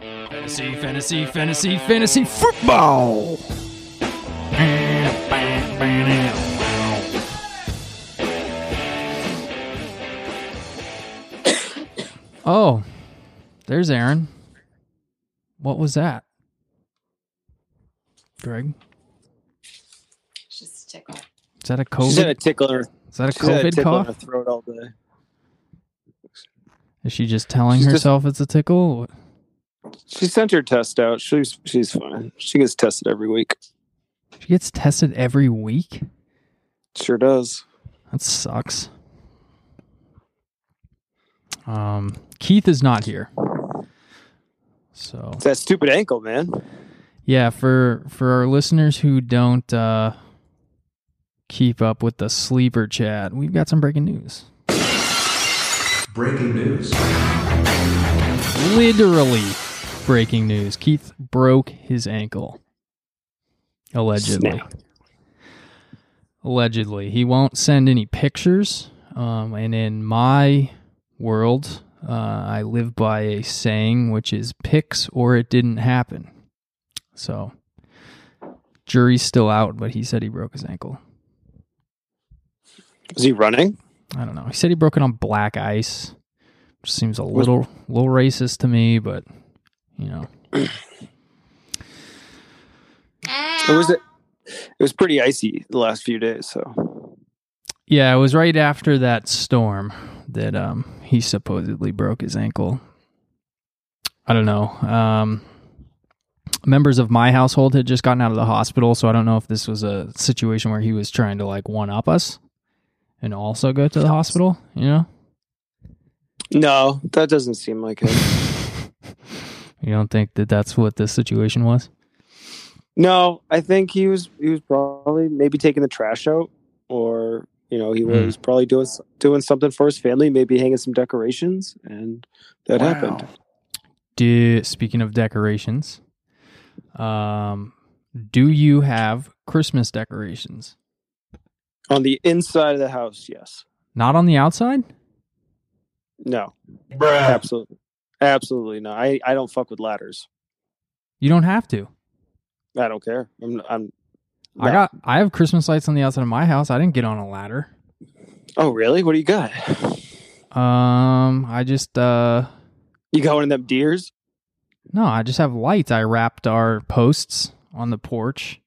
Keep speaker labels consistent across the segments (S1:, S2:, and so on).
S1: Fantasy, fantasy, fantasy, fantasy football. Oh, there's Aaron. What was that? Greg,
S2: Just tickle.
S1: is that a
S3: She's had
S1: COVID?
S3: a tickler.
S1: Is that a
S3: She's had a
S1: COVID
S3: tickle in
S1: cough?
S3: her throat all day.
S1: Is she just telling
S3: She's just-
S1: herself it's a tickle?
S3: She sent her test out. She's she's fine. She gets tested every week.
S1: She gets tested every week?
S3: Sure does.
S1: That sucks. Um, Keith is not here. So
S3: It's that stupid ankle, man.
S1: yeah, for for our listeners who don't uh, keep up with the sleeper chat, we've got some breaking news.
S4: Breaking news.
S1: Literally breaking news. Keith broke his ankle. Allegedly.
S3: Snap.
S1: Allegedly. He won't send any pictures. Um, and in my world, uh, I live by a saying which is pics or it didn't happen. So, jury's still out, but he said he broke his ankle.
S3: Is he running?
S1: I don't know. He said he broke it on black ice, which seems a little little racist to me, but you know.
S3: It was it. It was pretty icy the last few days. So
S1: Yeah, it was right after that storm that um he supposedly broke his ankle. I don't know. Um members of my household had just gotten out of the hospital, so I don't know if this was a situation where he was trying to like one up us and also go to the hospital, you know?
S3: no, that doesn't seem like it.
S1: You don't think that that's what this situation was?
S3: No, I think he was he was probably maybe taking the trash out, or you know he
S1: Hmm.
S3: was probably doing s- doing something for his family, maybe hanging some decorations, and that happened.
S1: Do speaking of decorations, um do you have Christmas decorations?
S3: On the inside of the house, yes.
S1: Not on the outside?
S3: No, Um,
S4: Bruh.
S3: absolutely, absolutely no. I, I don't fuck with ladders.
S1: You don't have to.
S3: I don't care. I'm I'm.
S1: I
S3: No.
S1: got I have Christmas lights on the outside of my house. I didn't get on a ladder.
S3: Oh really? What do you got?
S1: Um I just uh
S3: You got one of them deers?
S1: no, I just have lights. I wrapped our posts on the porch.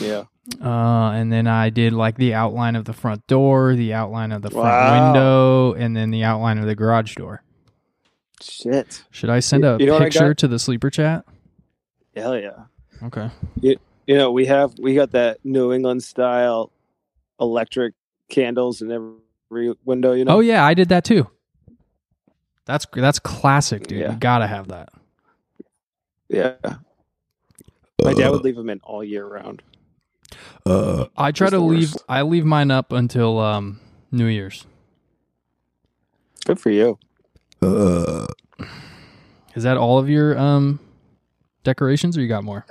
S3: Yeah.
S1: Uh and then I did like the outline of the front door, the outline of the front
S3: Wow.
S1: window, and then the outline of the garage door.
S3: Shit.
S1: Should I send
S3: You-
S1: a
S3: you know what I
S1: picture
S3: got?
S1: to the sleeper chat?
S3: Hell yeah.
S1: Okay.
S3: You know we have we got that New England style electric candles in every window. You know.
S1: Oh yeah, I did that too. That's that's classic, dude.
S3: Yeah.
S1: You got to have that.
S3: yeah. My dad would leave them in all year round.
S5: Uh,
S1: I try
S3: It's
S1: to
S3: the
S1: leave
S3: worst.
S1: I leave mine up until um New Year's.
S3: Good for you.
S5: uh,
S1: Is that all of your um decorations or you got more?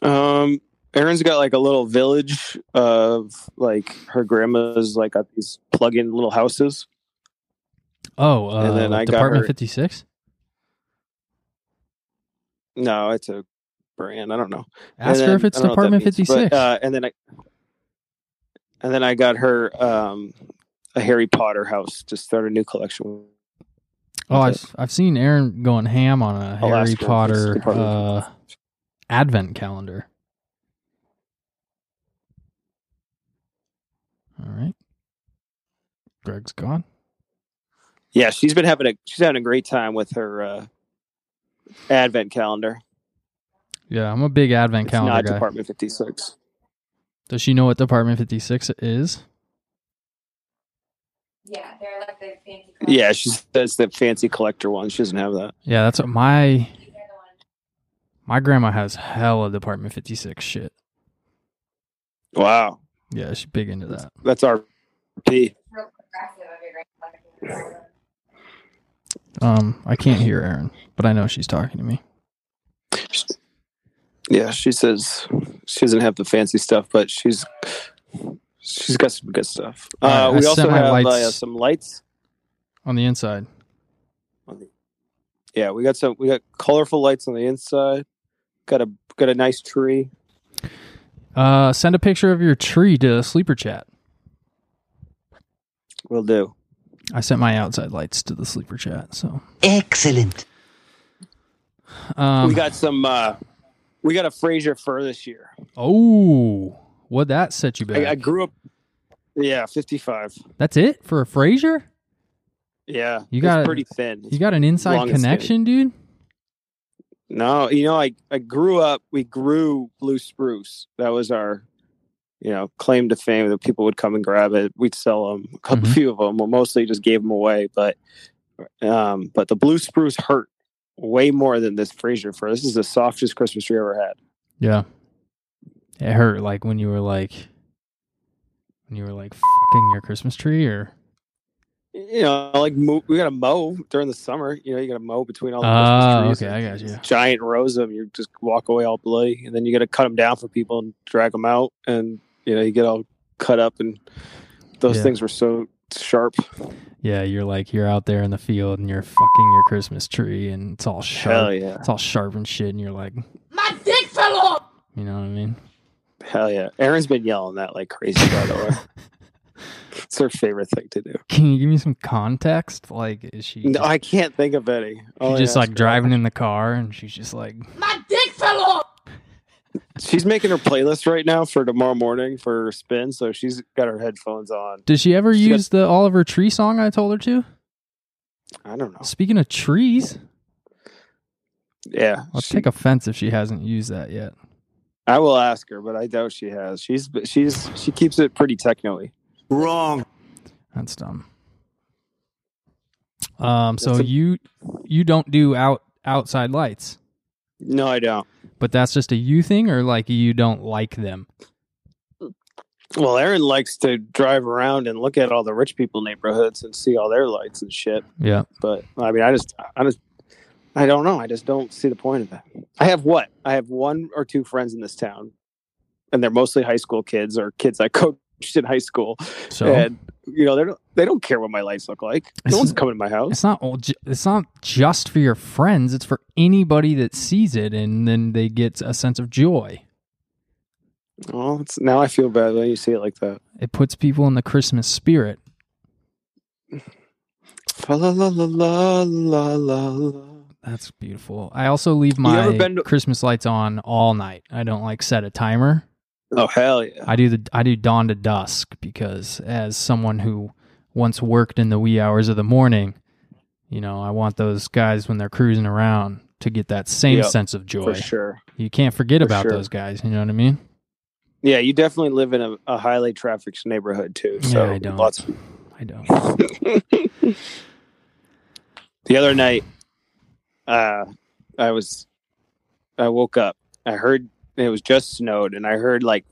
S3: Um, Erin's got like a little village of like her grandma's like got these plug-in little houses.
S1: Oh, uh,
S3: And then I got
S1: Department
S3: her-
S1: 56?
S3: No, it's a brand. I don't know. And
S1: Ask her
S3: then-
S1: if it's
S3: I don't know what that
S1: Department
S3: means,
S1: 56.
S3: but, uh, and then I, and then I got her um, a Harry Potter house to start a new collection.
S1: oh,
S3: that's Oh,
S1: I've, I've seen Aaron going ham on a Harry
S3: I'll ask her if it's
S1: Potter
S3: Department
S1: uh, advent calendar. All right. Greg's gone.
S3: Yeah, she's been having a she's having a great time with her uh, advent calendar.
S1: Yeah, I'm a big advent
S3: It's
S1: calendar
S3: not
S1: guy.
S3: Department Fifty Six.
S1: Does she know what Department 56 is?
S2: Yeah, they're like the fancy.
S3: Yeah, she says the fancy collector one. She doesn't have that.
S1: Yeah, that's what my
S2: These are the ones.
S1: my grandma has hella Department 56 shit.
S3: Wow,
S1: Yeah, she's big into that.
S3: that's our P.
S2: Real progressive of your grandfather.
S1: Um, I can't hear Erin, but I know she's talking to me.
S3: Yeah, she says she doesn't have the fancy stuff, but she's she's got some good stuff.
S1: All right, I
S3: Uh, we
S1: set
S3: also
S1: my
S3: have
S1: lights.
S3: Uh, some lights.
S1: On the inside.
S3: yeah, we got some. We got colorful lights on the inside. Got a got a nice tree.
S1: Uh, send a picture of your tree to sleeper chat.
S3: Will do.
S1: I sent my outside lights to the sleeper chat. So
S4: Excellent.
S1: um,
S3: we got some. uh We got a Fraser fir this year.
S1: oh, what that set you back?
S3: I, I grew up. Yeah, fifty-five.
S1: That's it for a Fraser.
S3: Yeah,
S1: You
S3: it's
S1: got-
S3: pretty thin.
S1: You got an inside
S3: Long and
S1: connection, dude.
S3: No, you know, I I grew up. We grew blue spruce. That was our, you know, claim to fame. That people would come and grab it. We'd sell them a couple,
S1: Mhm.
S3: few of them. Well, mostly just gave them away. But, um, but the blue spruce hurt way more than this Fraser fir. This is the softest Christmas tree I ever had.
S1: Yeah, it hurt like when you were like when you were like fucking your Christmas tree, or
S3: You know, like mo- we got to mow during the summer. You know, you got to mow between all the
S1: Oh,
S3: Christmas trees.
S1: okay, I got you.
S3: Giant rows of them. You just walk away all bloody, and then you got to cut them down for people and drag them out, and you know you get all cut up, and those
S1: Yeah.
S3: things were so sharp.
S1: yeah, you're like you're out there in the field and you're fucking your Christmas tree, and it's all sharp.
S3: Hell yeah,
S1: It's all sharp and shit, and you're like,
S4: My dick fell off.
S1: you know what I mean?
S3: hell yeah. Aaron's been yelling that like crazy. By the way, it's her favorite thing to do.
S1: Can you give me some context? Like, is she
S3: No,
S1: just,
S3: I can't think of any. Oh,
S1: she
S3: All I
S1: just
S3: ask
S1: like
S3: her-
S1: driving in the car and she's just like,
S4: My dick fell off.
S3: She's making her playlist right now for tomorrow morning for her spin, so she's got her headphones on.
S1: does she ever
S3: She got-
S1: use the Oliver Tree song I told her to?
S3: I don't know.
S1: Speaking of trees,
S3: Yeah,
S1: I'll
S3: she-
S1: take offense if she hasn't used that yet.
S3: I will ask her, but I doubt she has. She's she's she keeps it pretty technically.
S4: Wrong.
S1: That's dumb. Um, so
S3: That's a-
S1: you you don't do out outside lights,
S3: No, I don't.
S1: but that's just a you thing, or like you don't like them.
S3: Well, Aaron likes to drive around and look at all the rich people neighborhoods and see all their lights and shit.
S1: Yeah,
S3: But I mean, I just, I just, I don't know. I just don't see the point of that. I have what? I have one or two friends in this town, and they're mostly high school kids or kids I coached in high school.
S1: so
S3: And you know, they don't, they don't care what my lights look like.
S1: It's-
S3: No one's coming to my house.
S1: it's not all ju- it's not just for your friends; it's for anybody that sees it, and then they get a sense of joy.
S3: Well, it's, now I feel bad when you see it like that.
S1: It puts people in the Christmas spirit.
S3: La la la la la la la.
S1: That's beautiful. I also leave
S3: ever
S1: my
S3: been to-
S1: Christmas lights on all night. I don't like set a timer.
S3: Oh hell yeah!
S1: I do the I do dawn to dusk because as someone who once worked in the wee hours of the morning, you know, I want those guys when they're cruising around to get that same
S3: Yep,
S1: sense of joy.
S3: For sure.
S1: You can't forget
S3: For
S1: about
S3: sure.
S1: those guys, you know what I mean?
S3: Yeah, you definitely live in a, a highly trafficked neighborhood too. So
S1: yeah, I don't.
S3: lots-
S1: I don't.
S3: the other night, uh, I was, I woke up. I heard it was just snowed, and I heard like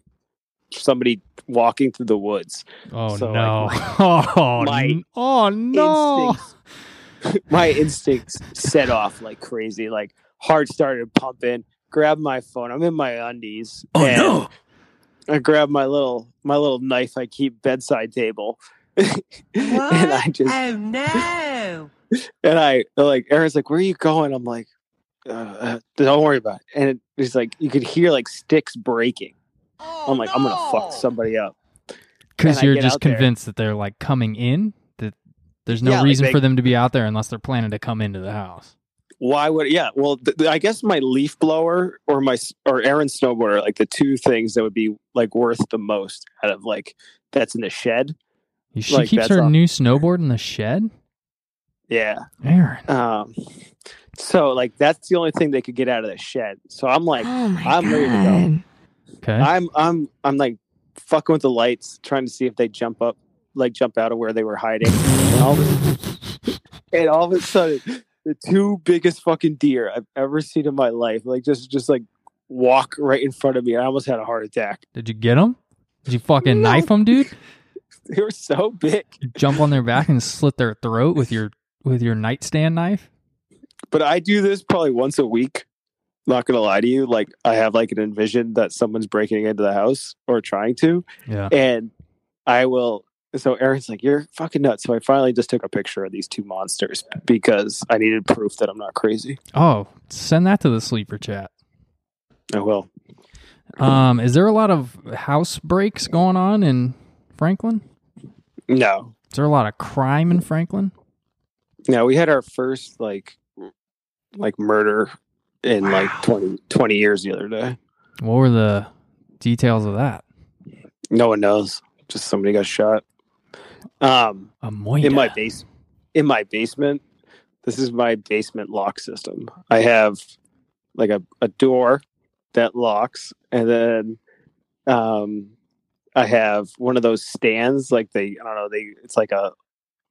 S3: somebody walking through the woods.
S1: Oh
S3: So, like,
S1: no. oh,
S3: my
S1: n- oh no.
S3: My instincts set off like crazy. Like heart started pumping. Grabbed my phone. I'm in my undies.
S1: Oh,
S6: Uh,
S3: and I grabbed my little my little knife I keep bedside table. and I just
S4: Oh no.
S3: and I like Aaron's like, "Where are you going?" I'm like, uh, uh, "Don't worry about it." And it, it's like you could hear like sticks breaking.
S6: Oh,
S3: I'm like, "I'm gonna fuck somebody up."
S1: Because
S3: and I
S1: you're
S3: get
S1: just
S3: out there.
S1: convinced that they're like coming in. That there's no
S3: Yeah, like,
S1: reason
S3: they-
S1: for them to be out there unless they're planning to come into the house.
S3: Why would? Yeah, well, th- th- I guess my leaf blower or my s- or Aaron's snowboarder, are, like the two things that would be like worth the most out of like that's in the shed.
S1: She
S3: Like,
S1: keeps
S3: that's
S1: her
S3: all.
S1: new snowboard in the shed.
S3: Yeah.
S1: Aaron,
S3: Um. So like that's the only thing they could get out of the shed. So I'm like,
S4: Oh my
S3: I'm ready to go.
S1: okay.
S3: I'm I'm I'm like fucking with the lights, trying to see if they jump up, like jump out of where they were hiding. And all of a, and all of a sudden, the two biggest fucking deer I've ever seen in my life, like just just like walk right in front of me. I almost had a heart attack.
S1: Did you get him? Did you fucking
S3: No.
S1: knife them, dude?
S3: They were so big,
S1: You jump on their back and slit their throat with your with your nightstand knife?
S3: but I do this probably once a week. Not gonna lie to you, like I have like an envision that someone's breaking into the house or trying to,
S1: Yeah.
S3: and I will so Aaron's like, "You're fucking nuts." So I finally just took a picture of these two monsters because I needed proof that I'm not crazy.
S1: Oh, send that to the sleeper chat.
S3: I will.
S1: Um, is there a lot of house breaks going on in Franklin?
S3: No,
S1: Is there a lot of crime in Franklin?
S3: no. We had our first like, like murder in like 20, 20 years the other day.
S1: What were the details of that?
S3: No one knows. Just somebody got shot. Um,
S1: A
S3: in my
S1: moita.
S3: base, in my basement. This is my basement lock system. I have like a, a door that locks, and then um, I have one of those stands. Like they, I don't know. They, it's like a,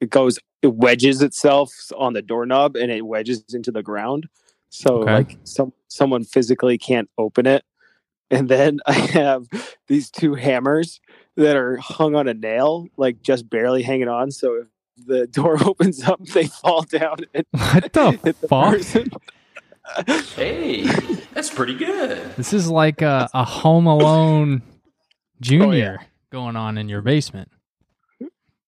S3: it goes, it wedges itself on the doorknob, and it wedges into the ground. So
S1: Okay.
S3: like some someone physically can't open it. And then I have these two hammers that are hung on a nail, like just barely hanging on. So if the door opens up, they fall down and
S1: What the
S3: hit the
S1: fuck?
S3: person.
S7: Hey, that's pretty good.
S1: This is like a, a Home Alone Junior going on in your basement.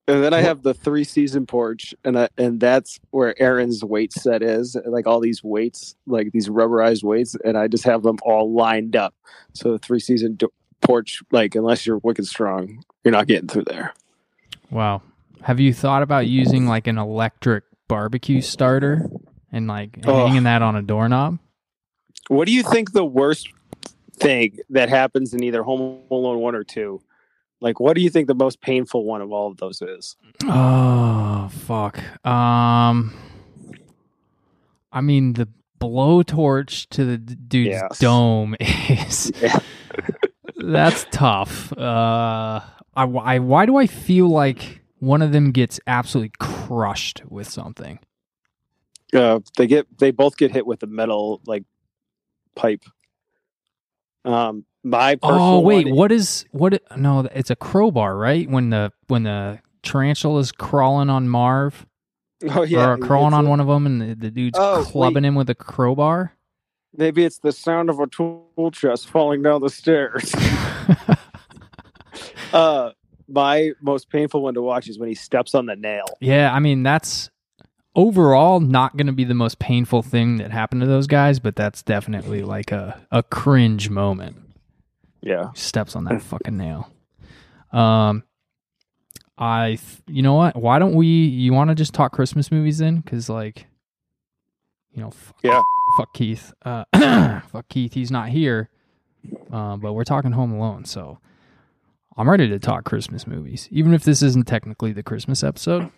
S3: And then I have the three season porch, and I, and that's where Aaron's weight set is, like all these weights, like these rubberized weights, and I just have them all lined up. So the three season do- porch, like unless you're wicked strong, you're not getting through there.
S1: Wow. Have you thought about using like an electric barbecue starter and like
S3: Oh.
S1: hanging that on a doorknob?
S3: What do you think the worst thing that happens in either Home Alone one or two? Like, what do you think the most painful one of all of those is?
S1: Oh fuck. Um I mean the blowtorch to the d- dude's
S3: Yes.
S1: dome is
S3: Yeah.
S1: that's tough. Uh I, I why do I feel like one of them gets absolutely crushed with something?
S3: Uh, they get they both get hit with a metal like pipe. Um, my personal
S1: Oh wait,
S3: one-
S1: what is what? No, it's a crowbar, right? When the when the tarantula is crawling on Marv
S3: Oh yeah,
S1: or crawling
S3: it's
S1: on
S3: a-
S1: one of them, and the, the dude's
S3: Oh,
S1: clubbing him with a crowbar.
S3: Maybe it's the sound of a tool chest falling down the stairs. uh, my most painful one to watch is when he steps on the nail.
S1: yeah, I mean that's overall not going to be the most painful thing that happened to those guys, but that's definitely like a a cringe moment.
S3: Yeah,
S1: steps on that fucking nail. Um, I, th- you know what? Why don't we? You want to just talk Christmas movies then? Because like, you know, fuck,
S3: Yeah.
S1: fuck Keith, uh, fuck Keith, he's not here. Um, but we're talking Home Alone, so I'm ready to talk Christmas movies, even if this isn't technically the Christmas episode.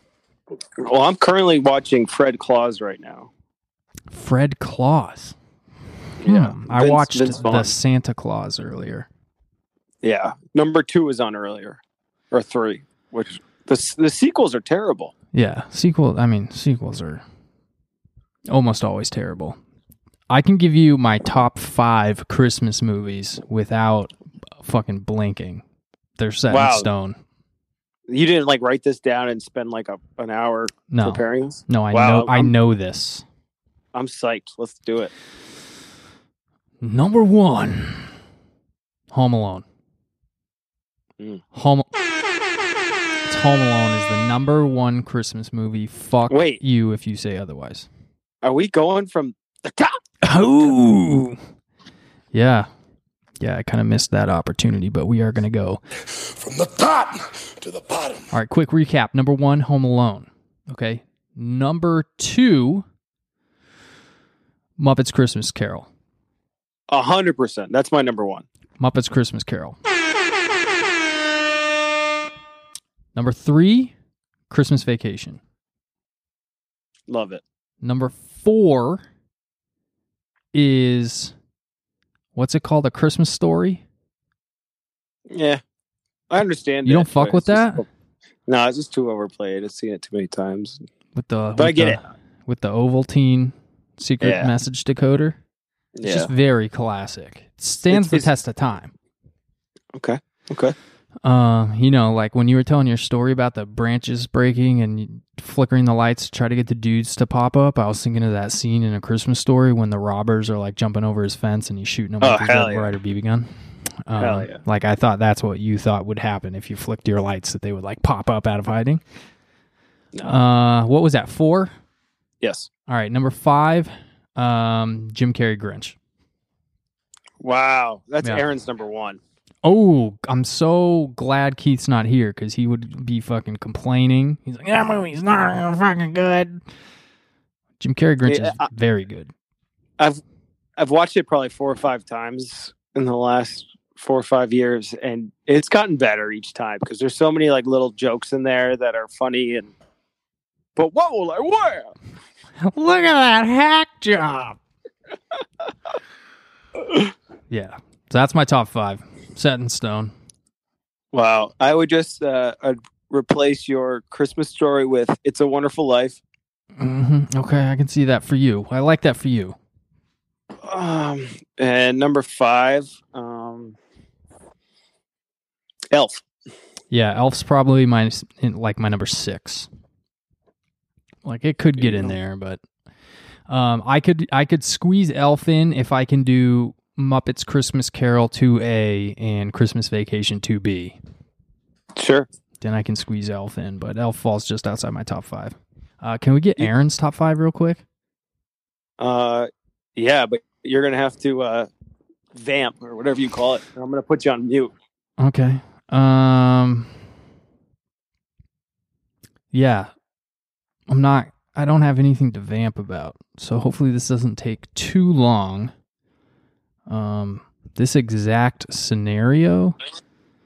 S3: well, I'm currently watching Fred Claus right now.
S1: Fred Claus. Hmm, I
S3: Vince-
S1: watched
S3: Vince
S1: the
S3: Vaughn.
S1: Santa Claus earlier.
S3: Yeah, number two was on earlier, or three. Which the the sequels are terrible.
S1: Yeah, sequel. I mean, sequels are almost always terrible. I can give you my top five Christmas movies without fucking blinking. They're set
S3: Wow.
S1: in stone.
S3: You didn't like write this down and spend like a, an hour
S1: No,
S3: preparing this.
S1: no, I
S3: Wow,
S1: know, i
S3: I'm-
S1: know this.
S3: I'm psyched. Let's do it.
S1: Number one, Home Alone.
S3: Mm.
S1: Home. It's Home Alone is the number one Christmas movie. Fuck
S3: Wait.
S1: you if you say otherwise.
S3: Are we going from the top?
S1: Oh. Yeah. Yeah, I kind of missed that opportunity, but we are going to go.
S5: From the top to the bottom.
S1: All right, quick recap. Number one, Home Alone. Okay. Number two, Muppets Christmas Carol.
S3: A hundred percent. That's my number one.
S1: Muppets Christmas Carol. Number three, Christmas Vacation.
S3: Love it.
S1: Number four is what's it called? A Christmas Story?
S3: Yeah, I understand.
S1: You
S3: it,
S1: don't fuck
S3: but
S1: with
S3: it's just-
S1: that?
S3: no, it's just too overplayed. I've seen it too many times.
S1: with the
S3: But I
S1: with
S3: get
S1: the, with the Ovaltine secret
S3: Yeah.
S1: message decoder. It's
S3: Yeah.
S1: just very classic. It stands
S3: It's-
S1: the
S3: it's-
S1: test of time.
S3: okay. Okay.
S1: Um, you know, like when you were telling your story about the branches breaking and flickering the lights to try to get the dudes to pop up, I was thinking of that scene in A Christmas Story when the robbers are like jumping over his fence and he's shooting them
S3: Oh,
S1: with his
S3: hell
S1: Red
S3: yeah.
S1: Ryder BB gun. Um,
S3: Hell yeah.
S1: Like I thought that's what you thought would happen if you flicked your lights that they would like pop up out of hiding.
S3: No.
S1: Uh, what was that? Four.
S3: Yes.
S1: All right, number five. Um, Jim Carrey Grinch.
S3: Wow, that's
S1: Yeah.
S3: Aaron's number one.
S1: Oh, I'm so glad Keith's not here because he would be fucking complaining. He's like, that movie's not fucking good. Jim Carrey Grinch
S3: Yeah,
S1: is
S3: I-
S1: very good.
S3: I've watched it probably four or five times in the last four or five years, and it's gotten better each time because there's so many like little jokes in there that are funny and. But what will I wear?
S1: Look at that hack job. yeah, so that's my top five, set in stone.
S3: Wow, I would just uh, I'd replace your Christmas story with "It's a Wonderful Life."
S1: hmm Okay, I can see that for you. I like that for you.
S3: Um, and number five, um, Elf.
S1: Yeah, Elf's probably my s- in- like my number six. Like it could get in there, but um, I could I could squeeze Elf in if I can do Muppets Christmas Carol two A and Christmas Vacation two B.
S3: Sure.
S1: Then I can squeeze Elf in, but Elf falls just outside my top five. Uh, can we get Aaron's top five real quick?
S3: Uh, yeah, but you're gonna have to uh, vamp or whatever you call it. I'm gonna put you on mute.
S1: Okay. Um. Yeah, I'm not. I don't have anything to vamp about, so hopefully this doesn't take too long. Um, this exact scenario.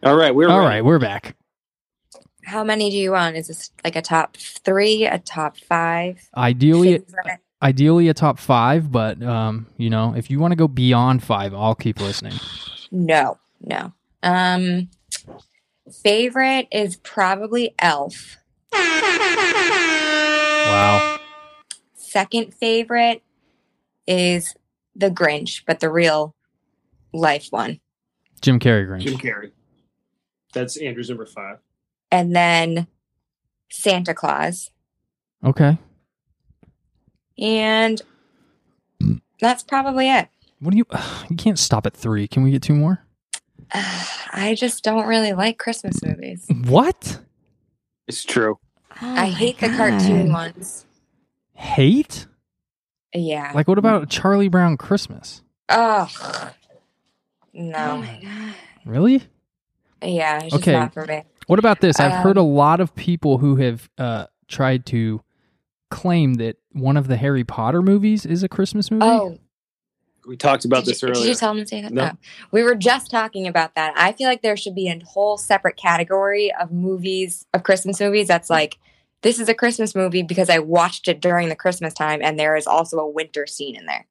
S3: All right, we're
S1: All
S3: ready.
S1: right, we're back.
S2: How many do you want? Is this like a top three, a top five?
S1: Ideally,
S2: Favorite?
S1: ideally a top five, but um, you know, if you want to go beyond five, I'll keep listening.
S2: No, no. Um, favorite is probably Elf.
S1: Wow.
S2: Second favorite is The Grinch, but the real life one.
S1: Jim Carrey Grinch.
S3: Carrey. That's Andrew's number five.
S2: And then Santa Claus.
S1: Okay.
S2: And that's probably it.
S1: What do you? You can't stop at three. Can we get two more?
S2: I just don't really like Christmas movies.
S1: What?
S3: It's true.
S2: I hate the cartoon ones.
S1: Hate?
S2: Yeah.
S1: Like, what about Charlie Brown Christmas?
S2: Ugh.
S3: Oh
S2: No.
S1: Really?
S2: yeah. It's just
S1: Okay.
S2: not for me.
S1: What about this? I've heard a
S2: Um,
S1: lot of people who have uh, tried to claim that one of the Harry Potter movies is a Christmas movie.
S2: Oh,
S3: We talked about
S2: did
S3: this
S2: you,
S3: earlier.
S2: did you tell them to say that?
S3: No.
S2: Oh. We were just talking about that. I feel like there should be a whole separate category of movies, of Christmas movies that's like, this is a Christmas movie because I watched it during the Christmas time and there is also a winter scene in there.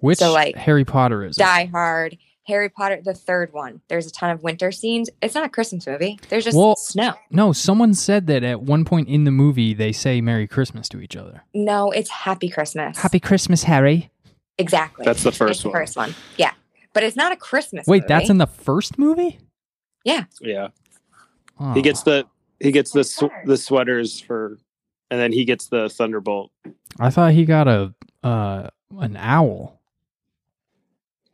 S1: Which
S2: so, like,
S1: Harry Potter is? it?
S2: Die Hard, Harry Potter, the third one. There's a ton of winter scenes. It's not a Christmas movie. There's just
S1: Well-
S2: snow.
S1: No, someone said that at one point in the movie they say Merry Christmas to each other.
S2: No, it's Happy Christmas.
S1: Happy Christmas, Harry.
S2: Exactly.
S3: That's the
S2: It's
S3: first
S2: the
S3: one.
S2: first one. Yeah. But it's not a Christmas
S1: Wait,
S2: movie.
S1: that's in the first movie?
S3: Yeah,
S1: Oh.
S3: he gets the he gets the sw- the sweaters for, and then he gets the thunderbolt.
S1: I thought he got a uh, an owl.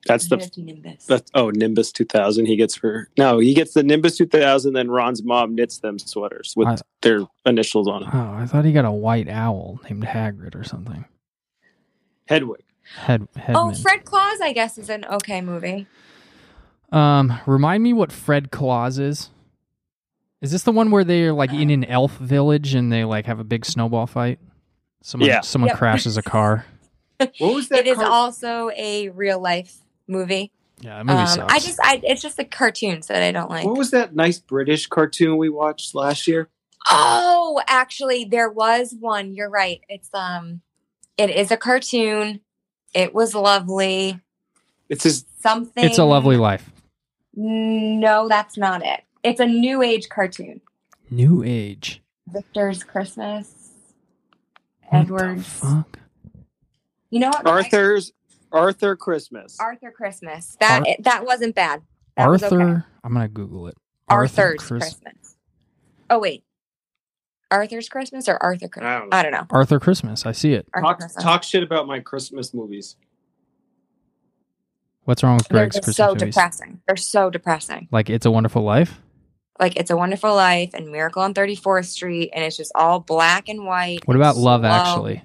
S3: That's the that's oh Nimbus two thousand. He gets for no, he gets the Nimbus two thousand. Then Ron's mom knits them sweaters with
S1: I-
S3: their initials on it.
S1: Oh, I thought he got a white owl named Hagrid or something.
S3: Hedwig.
S1: Head,
S2: Oh,
S1: Hedman.
S2: Fred Claus, I guess, is an okay movie.
S1: Um, remind me what Fred Claus is. Is this the one where they're like in an elf village and they like have a big snowball fight? Someone
S3: Yeah.
S1: someone
S2: Yep.
S1: crashes a car.
S3: What was
S2: It is also a real life movie.
S1: Yeah, that movie
S2: um,
S1: sucks.
S2: I just, I, it's just the cartoons that I don't like.
S3: What was that nice British cartoon we watched last year?
S2: Oh, actually, there was one. You're right. It's um, it is a cartoon. It was lovely.
S3: It's his.
S2: Something.
S1: it's a lovely life.
S2: No, that's not it. It's a new age cartoon.
S1: New Age.
S2: Victor's Christmas.
S1: What the
S2: Edwards.
S1: fuck?
S2: You know what? Mike?
S3: Arthur's Arthur Christmas.
S2: Arthur Christmas. That
S1: Ar-
S2: it- that wasn't bad. That was
S1: Arthur.
S2: okay.
S1: I'm gonna Google it.
S2: Arthur's
S1: Chris-
S2: Christmas. Oh wait, Arthur's Christmas or Arthur Christmas?
S3: I don't know.
S2: I don't know.
S1: Arthur Christmas. I see it.
S2: Arthur
S3: Uh, talk,
S2: Christmas.
S3: talk shit about my Christmas movies.
S1: What's wrong with
S2: They're
S1: Greg's
S2: just
S1: Christmas
S2: so
S1: movies?
S2: depressing. They're so depressing.
S1: Like It's a Wonderful Life.
S2: Like It's a Wonderful Life and Miracle on 34th Street, and it's just all black and white.
S1: What
S2: and
S1: about Love
S2: slow.
S1: Actually?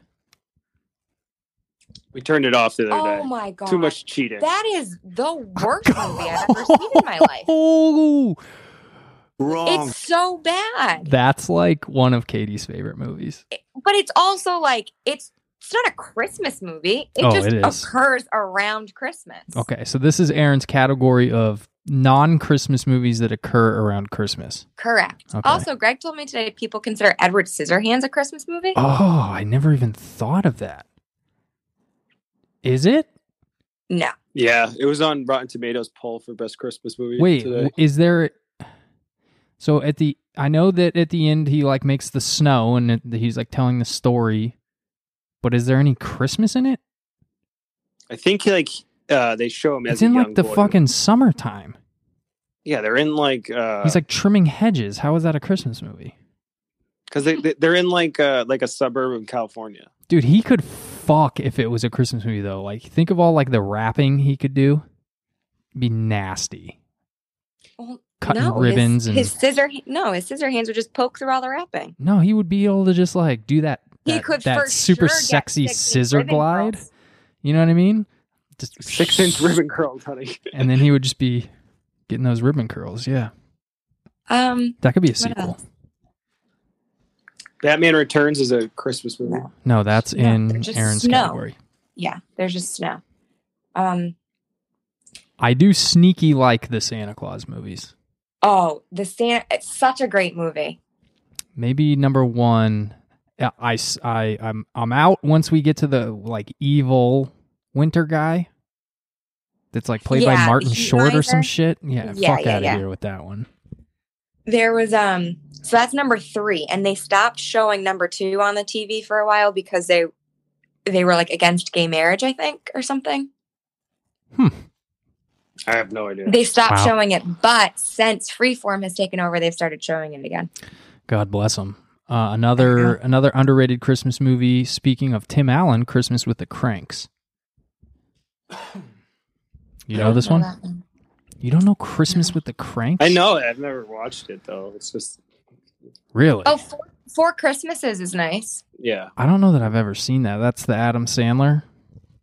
S3: We turned it off the other
S2: Oh
S3: day.
S2: my god!
S3: Too much cheating.
S2: That is the worst movie I've ever seen in my life.
S1: Oh,
S4: Wrong.
S2: It's so bad,
S1: that's like one of Katie's favorite movies.
S2: but it's also like it's it's not a Christmas movie. It
S1: Oh,
S2: just
S1: it is.
S2: occurs around Christmas.
S1: Okay, so this is Aaron's category of non-Christmas movies that occur around Christmas.
S2: correct.
S1: Okay.
S2: Also, Greg told me today people consider Edward Scissorhands a Christmas movie.
S1: Oh, I never even thought of that. Is it?
S2: No,
S3: yeah, it was on Rotten Tomatoes poll for best Christmas movie.
S1: Wait,
S3: today.
S1: w- is there? So at the, I know that at the end he like makes the snow and it, he's like telling the story, but is there any Christmas in it?
S3: I think like uh, they show him as
S1: It's
S3: a
S1: in
S3: young
S1: like the
S3: boy.
S1: fucking summertime.
S3: yeah. They're in like uh,
S1: He's like trimming hedges. How is that a Christmas movie?
S3: because they they- they're in like uh, like a suburb in California.
S1: Dude, he could fuck if it was a Christmas movie though. Like think of all like the rapping he could do. Be nasty.
S2: Well,
S1: Cutting
S2: no,
S1: ribbons
S2: his,
S1: and
S2: his scissor. No, his scissor hands would just poke through all the wrapping.
S1: No, he would be able to just like do that
S2: He
S1: that,
S2: could
S1: that
S2: for
S1: super
S2: sure get
S1: sexy
S2: six-inch
S1: scissor
S2: ribbon
S1: glide.
S2: curls.
S1: You know what I mean? Just
S3: Six inch ribbon curls, honey.
S1: and then he would just be getting those ribbon curls. Yeah.
S2: Um,
S1: That could be a
S2: What
S1: sequel.
S2: else?
S3: Batman Returns is a Christmas movie.
S2: No.
S1: No, that's
S2: No, they're
S1: in
S2: just
S1: Aaron's
S2: snow.
S1: category.
S2: yeah, there's just snow. Um,
S1: I do sneaky like the Santa Claus movies.
S2: oh, the Santa. It's such a great movie.
S1: maybe number one I, I s- I am i'm out once we get to the like evil winter guy that's like played by
S2: Yeah,
S1: martin
S2: Heat
S1: short or some
S2: Miser.
S1: shit yeah,
S2: Yeah,
S1: fuck
S2: yeah,
S1: out of
S2: yeah.
S1: here with that one
S2: There was um so that's number 3 and they stopped showing number 2 on the TV for a while because they they were like against gay marriage I think or something.
S3: I have no idea.
S2: They stopped
S1: Wow.
S2: showing it but since Freeform has taken over they've started showing it again.
S1: god bless him uh, another another underrated christmas movie speaking of tim allen christmas with the cranks you know this
S2: I don't
S1: one
S2: that one.
S1: you don't know christmas with the cranks
S3: I know it. I've never watched it though. It's just
S1: really
S2: Oh, four, four Christmases is nice.
S3: yeah.
S1: i don't know that i've ever seen that that's the adam sandler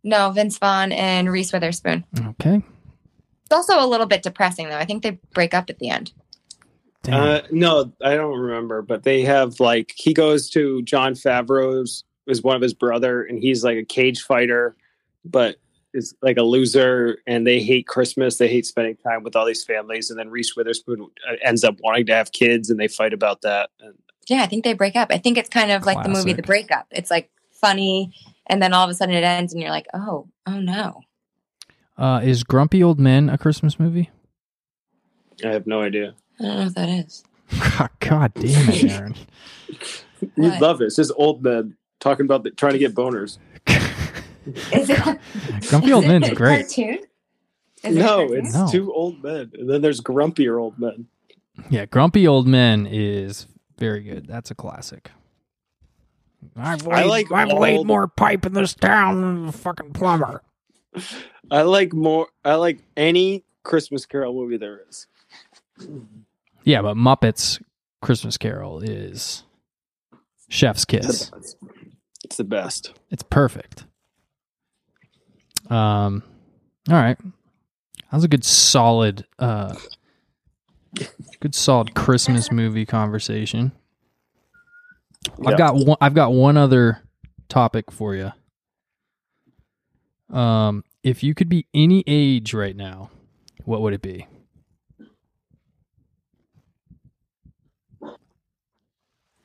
S2: No, Vince Vaughn and Reese Witherspoon.
S1: okay
S2: It's also a little bit depressing though. I think they break up at the end.
S1: Damn.
S3: Uh, no, I don't remember. But they have like he goes to John Favreau's is one of his brother, and he's like a cage fighter, but is like a loser, and they hate Christmas. They hate spending time with all these families, and then Reese Witherspoon uh, ends up wanting to have kids, and they fight about that. And
S2: Yeah, I think they break up. I think it's kind of like the movie
S1: Classic.
S2: The Breakup. It's like funny, and then all of a sudden it ends, and you're like, oh, oh no.
S1: Uh, is Grumpy Old Men a Christmas movie?
S3: I have no idea.
S2: I don't know what that is.
S1: God damn it, Aaron.
S3: You
S2: What?
S3: love it. It's just old men talking about the, trying to get boners.
S2: Is it
S1: Grumpy Old Men's great.
S2: Cartoon? Is it a
S3: No,
S2: cartoon?
S3: it's
S1: No.
S3: two old men, and then there's grumpier old men.
S1: Yeah, Grumpy Old Men is very good. That's a classic. I've
S3: I like I've laid old-
S1: more pipe in this town than the fucking plumber.
S3: I like more. I like any Christmas Carol movie there is.
S1: Yeah, but Muppets Christmas Carol is Chef's Kiss.
S3: It's the best. It's the best.
S1: It's perfect. Um, all right, that was a good solid, uh, good solid Christmas movie conversation. I've
S3: Yeah.
S1: got one. I've got one other topic for you. Um, if you could be any age right now, what would it be?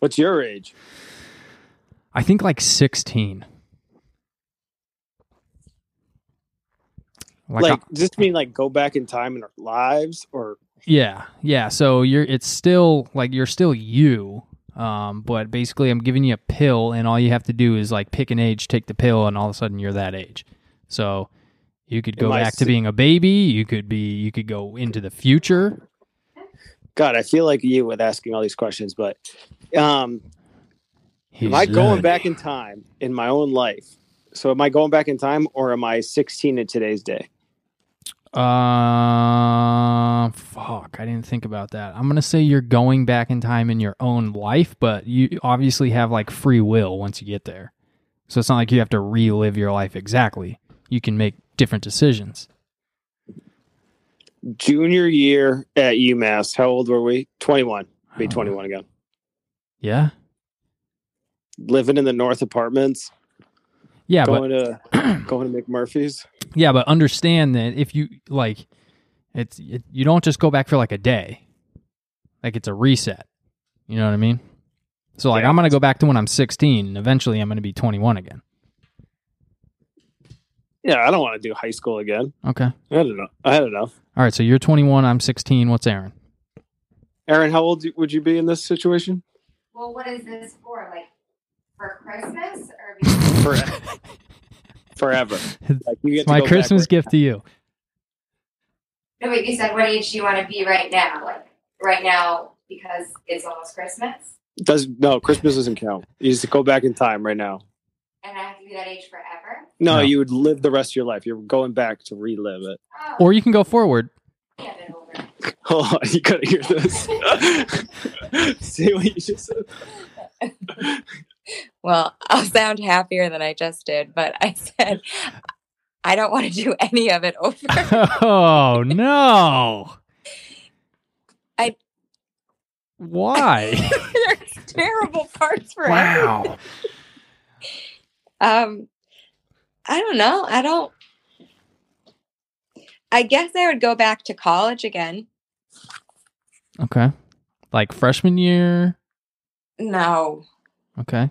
S3: What's your age?
S1: I think like sixteen. Like, uh,
S3: Like, just mean like go back in time in our lives, or
S1: Yeah, yeah. So you're it's still like you're still you. Um, but basically I'm giving you a pill and all you have to do is like pick an age, take the pill, and all of a sudden you're that age. So you could go
S3: Am I
S1: back to
S3: si-
S1: being a baby, you could be you could go into the future.
S3: God, I feel like you with asking all these questions. But um, am I
S1: He's
S3: going
S1: learning.
S3: back in time in my own life? So am I going back in time, or am I 16 in today's day?
S1: Uh, fuck. I didn't think about that. I'm gonna say you're going back in time in your own life, but you obviously have like free will once you get there. So it's not like you have to relive your life exactly. You can make different decisions.
S3: Junior year at UMass. How old were we? 21. Be
S1: Oh.
S3: 21 again.
S1: Yeah.
S3: Living in the North apartments.
S1: Yeah, but
S3: going to going to McMurphy's.
S1: Yeah, but understand that if you like, it's it, you don't just go back for like a day, like it's a reset. You know what I mean? So like, I'm gonna go back to when I'm 16, and eventually I'm gonna be 21 again.
S3: Yeah, I don't want to do high school again.
S1: Okay. All
S3: I don't know. I don't know.
S1: right. So you're 21. I'm 16. What's Aaron?
S3: Aaron, how old would you be in this situation?
S2: Well, what is this for? Like for Christmas or because
S3: Forever. Forever. Like you get
S1: It's my
S3: to go
S1: Christmas
S3: backward.
S1: gift to you.
S2: no, wait, you said what age do you want to be right now? Like right now because it's almost Christmas,
S3: Does no Christmas doesn't count. You just go back in time right now.
S2: and I have to be that age forever.
S3: No,
S1: No.
S3: you would live the rest of your life. You're going back to relive it.
S2: Oh,
S1: Or you can go forward.
S2: yeah, been over.
S3: Hold on, you gotta hear this. See what you just said?
S2: Well, I'll sound happier than I just did, but I said I don't want to do any of it over.
S1: oh no!
S2: I-
S1: Why?
S2: There's terrible parts for everything. Um, I don't know. I don't. I guess I would go back to college again.
S1: Okay. Like freshman year.
S2: No,
S1: Okay.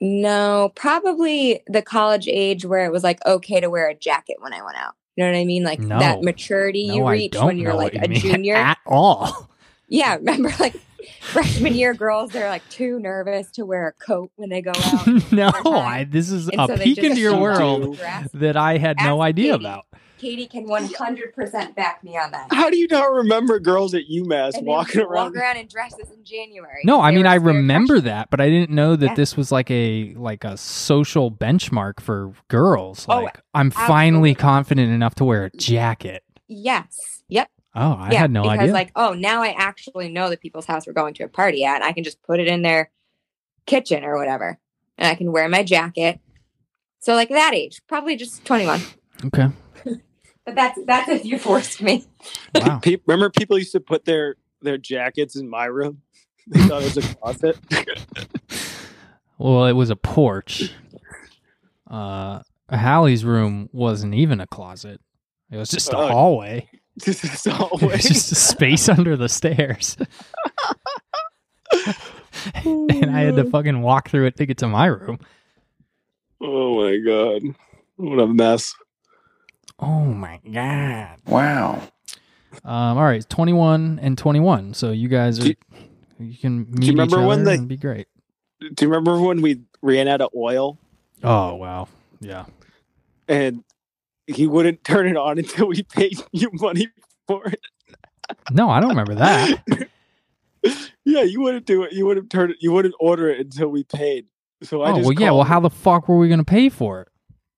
S2: no, probably the college age where it was like okay to wear a jacket when I went out. You know what I mean? Like
S1: No.
S2: that maturity you
S1: I
S2: reach
S1: don't
S2: when you're
S1: know
S2: like
S1: what
S2: a
S1: you mean
S2: junior.
S1: at all.
S2: yeah, remember like freshman year girls, they're like too nervous to wear a coat when they go out.
S1: no,
S2: Right.
S1: I, this is
S2: And
S1: a
S2: so they
S1: peek
S2: just
S1: into your
S2: don't
S1: world
S2: dress.
S1: that I had no
S2: Ask
S1: idea
S2: Katie.
S1: about.
S2: Katie can 100% back me on that.
S3: How do you not remember girls at UMass
S2: And they
S3: walking
S2: would
S3: around?
S2: walk around in dresses in January.
S1: No, I
S2: They
S1: mean
S2: were
S1: I
S2: scared
S1: remember
S2: freshmen.
S1: that, but I didn't know that
S2: Yeah.
S1: this was like a like a social benchmark for girls.
S2: Oh,
S1: Like I'm finally
S2: absolutely.
S1: confident enough to wear a jacket.
S2: Yes. Yep.
S1: Oh, I had no
S2: because
S1: idea.
S2: like, oh, now I actually know the people's house we're going to a party at. and I can just put it in their kitchen or whatever, and I can wear my jacket. So like that age, probably just twenty one.
S1: okay.
S2: But that's that's if you forced me.
S1: Wow.
S3: Pe- remember, people used to put their their jackets in my room. They thought it was a closet.
S1: well, it was a porch. Uh Hallie's room wasn't even a closet. It was just a
S3: Oh.
S1: hallway.
S3: this is
S1: It was
S3: always
S1: just a space under the stairs. and I had to fucking walk through it to get to my room.
S3: Oh my god, what a mess!
S1: Oh my god.
S5: Wow.
S1: Um, all right, twenty one and twenty one. So you guys are
S3: Do
S1: you,
S3: you-
S1: can meet
S3: you remember
S1: each
S3: when
S1: other
S3: they-
S1: and be great.
S3: Do you remember when we ran out of oil
S1: Oh wow. Yeah.
S3: and he wouldn't turn it on until we paid you money for it?
S1: No, I don't remember that.
S3: Yeah, you wouldn't do it. You wouldn't turn it. You wouldn't order it until we paid. So I
S1: oh
S3: just
S1: well yeah, well
S3: called.
S1: how the fuck were we gonna pay for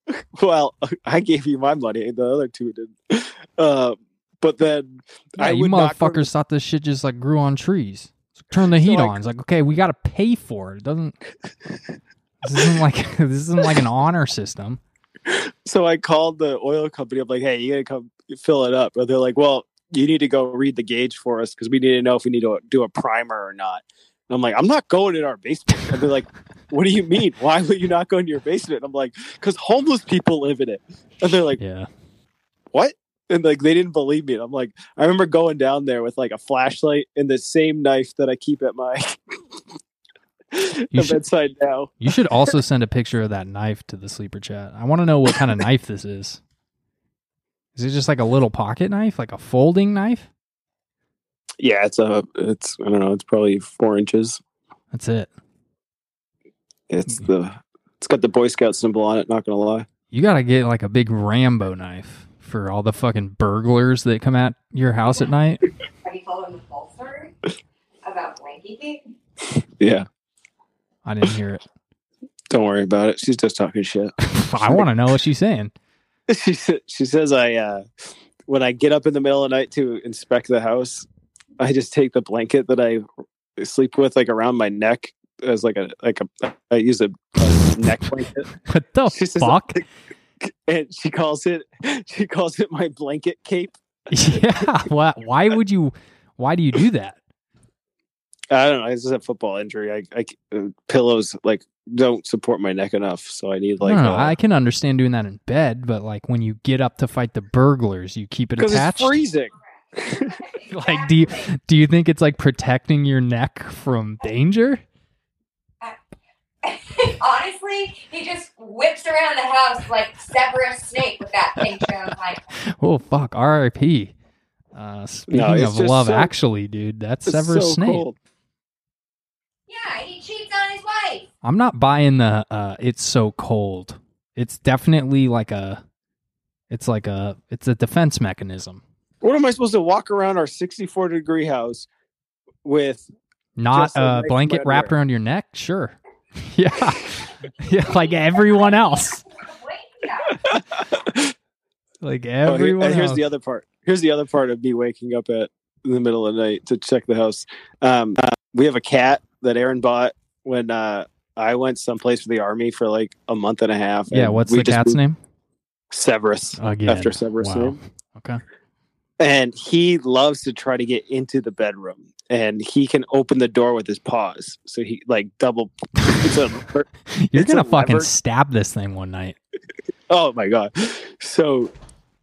S1: it?
S3: Well, I gave you my money. The other two did. Uh, but then
S1: Yeah,
S3: I
S1: you
S3: would not go to-
S1: motherfuckers thought this shit just like grew on trees. So turn the
S3: So
S1: heat
S3: I-
S1: on. It's like, okay, we gotta pay for it. It doesn't this isn't like this isn't like an honor system.
S3: So I called the oil company. I'm like, hey, you gotta come fill it up. But they're like, well, you need to go read the gauge for us because we need to know if we need to do a primer or not. And I'm like, I'm not going in our basement. And they're like, what do you mean? Why would you not go into your basement? And I'm like, because homeless people live in it. And they're like,
S1: Yeah.
S3: what? And like they didn't believe me. And I'm like, I remember going down there with like a flashlight and the same knife that I keep at my
S1: You should-
S3: bedside now.
S1: You should also send a picture of that knife to the sleeper chat. I want to know what kind of knife this is. Is it just like a little pocket knife, like a folding knife?
S3: Yeah, it's a, it's I don't know, it's probably four inches.
S1: That's it.
S3: It's
S1: Mm-hmm.
S3: the, it's got the Boy Scout symbol on it. Not gonna lie.
S1: You got to get like a big Rambo knife for all the fucking burglars that come at your house at night.
S2: Have you told him the full story about blankie feet?
S3: Yeah,
S1: I didn't hear it.
S3: don't worry about it. She's just talking shit.
S1: I want to know what she's saying.
S3: she sa- she says I uh, when I get up in the middle of the night to inspect the house, I just take the blanket that I sleep with like around my neck as like a like a I use a, a neck blanket.
S1: What the
S3: She says-
S1: fuck?
S3: And she calls it she calls it my blanket cape.
S1: yeah. Why, why would you? Why do you do that?
S3: I don't know. It's just a football injury. I, I c- uh, pillows like don't support my neck enough, so I need like
S1: no, no,
S3: uh,
S1: I can understand doing that in bed, but like when you get up to fight the burglars, you keep it
S3: it's
S1: attached.
S3: freezing.
S1: Like, do you do you think it's like protecting your neck from danger?
S2: Honestly, he just whips around the house like Severus Snape with that thing shown. Like,
S1: Oh fuck! R.I.P. Uh, speaking
S3: it's
S1: of
S3: just
S1: love,
S3: so-
S1: actually, dude, that's
S3: It's
S1: Severus
S3: so
S1: Snape.
S3: cold.
S2: yeah, he cheats on his wife.
S1: I'm not buying the uh it's so cold. It's definitely like a it's like a it's a defense mechanism.
S3: What am I supposed to walk around our 64 degree house with?
S1: Not
S3: Just a
S1: a
S3: nice
S1: blanket
S3: sweater.
S1: wrapped around your neck, sure. yeah. yeah, like everyone else. Like
S3: Oh, here-
S1: everyone
S3: and here's
S1: else.
S3: the other part. Here's the other part of me waking up at in the middle of the night to check the house. Um, uh, we have a cat that Aaron bought when uh, I went someplace for the army for like a month and a half.
S1: yeah,
S3: and
S1: what's
S3: we
S1: the
S3: just
S1: cat's
S3: moved-
S1: name?
S3: Severus.
S1: Again.
S3: After Severus
S1: Wow.
S3: Snape.
S1: Okay.
S3: And he loves to try to get into the bedroom, and he can open the door with his paws. So he like double. it's a
S1: You're
S3: It's
S1: gonna
S3: a
S1: fucking
S3: lever.
S1: stab this thing one night.
S3: Oh my god! So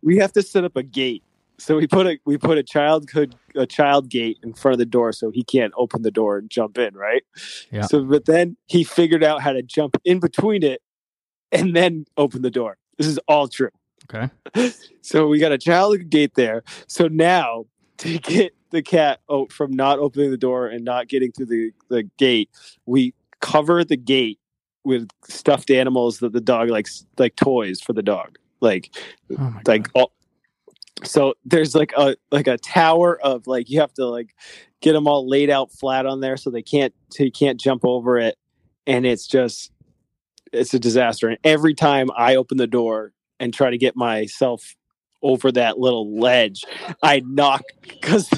S3: we have to set up a gate. So we put a we put a childhood a child gate in front of the door so he can't open the door and jump in, right?
S1: Yeah.
S3: So but then he figured out how to jump in between it and then open the door. This is all true.
S1: Okay.
S3: So we got a child gate there. So now to get the cat out from not opening the door and not getting through the, the gate, we cover the gate with stuffed animals that the dog likes, like toys for the dog. Like
S1: Oh my god.
S3: like all, so there's like a like a tower of like you have to like get them all laid out flat on there so they can't so you can't jump over it and it's just it's a disaster and every time i open the door and try to get myself over that little ledge i knock because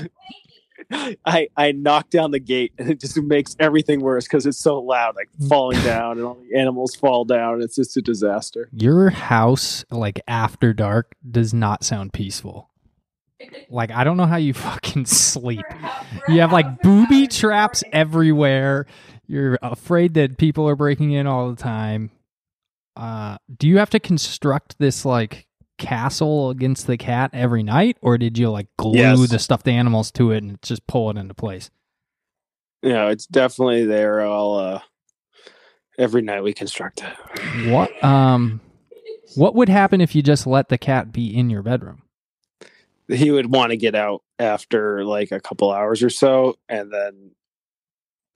S3: i i knock down the gate and it just makes everything worse because it's so loud like
S1: Mm.
S3: falling down and all the animals fall down it's just a disaster
S1: Your house, like after dark, does not sound peaceful. Like I don't know how you fucking sleep. You have like booby traps everywhere. You're afraid that people are breaking in all the time. Uh, do you have to construct this like castle against the cat every night, or did you like glue
S3: Yes.
S1: the stuffed animals to it and just pull it into place?
S3: you know, it's definitely there all uh every night we construct it.
S1: What um, what would happen if you just let the cat be in your bedroom?
S3: He would want to get out after like a couple hours or so and then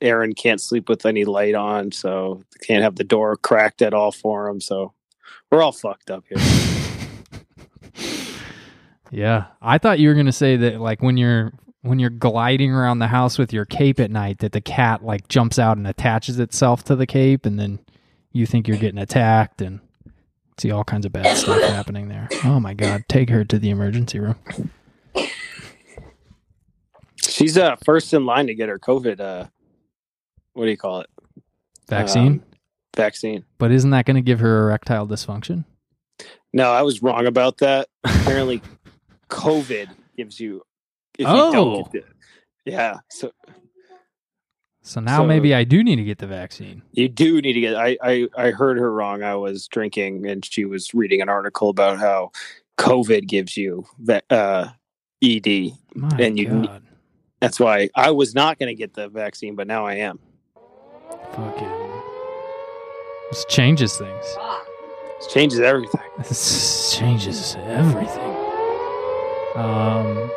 S3: Aaron can't sleep with any light on, so can't have the door cracked at all for him, so we're all fucked up here.
S1: Yeah, I thought you were gonna say that like when you're when you're gliding around the house with your cape at night, that the cat like jumps out and attaches itself to the cape, and then you think you're getting attacked and see all kinds of bad stuff happening there. Oh my god, take her to the emergency room.
S3: She's uh first in line to get her COVID uh what do you call it?
S1: Vaccine,
S3: Um, vaccine.
S1: but isn't that gonna give her erectile dysfunction?
S3: No, I was wrong about that. Apparently COVID gives you if you
S1: Oh.
S3: don't get it. Yeah. So
S1: So now
S3: So-
S1: maybe I do need to get the vaccine.
S3: You do need to get. I, I I heard her wrong. I was drinking, and she was reading an article about how COVID gives you that uh, ED.
S1: My
S3: And you-
S1: god,
S3: That's why I was not going to get the vaccine, but now I am.
S1: fucking this changes things.
S3: It changes everything.
S1: This changes everything. Um,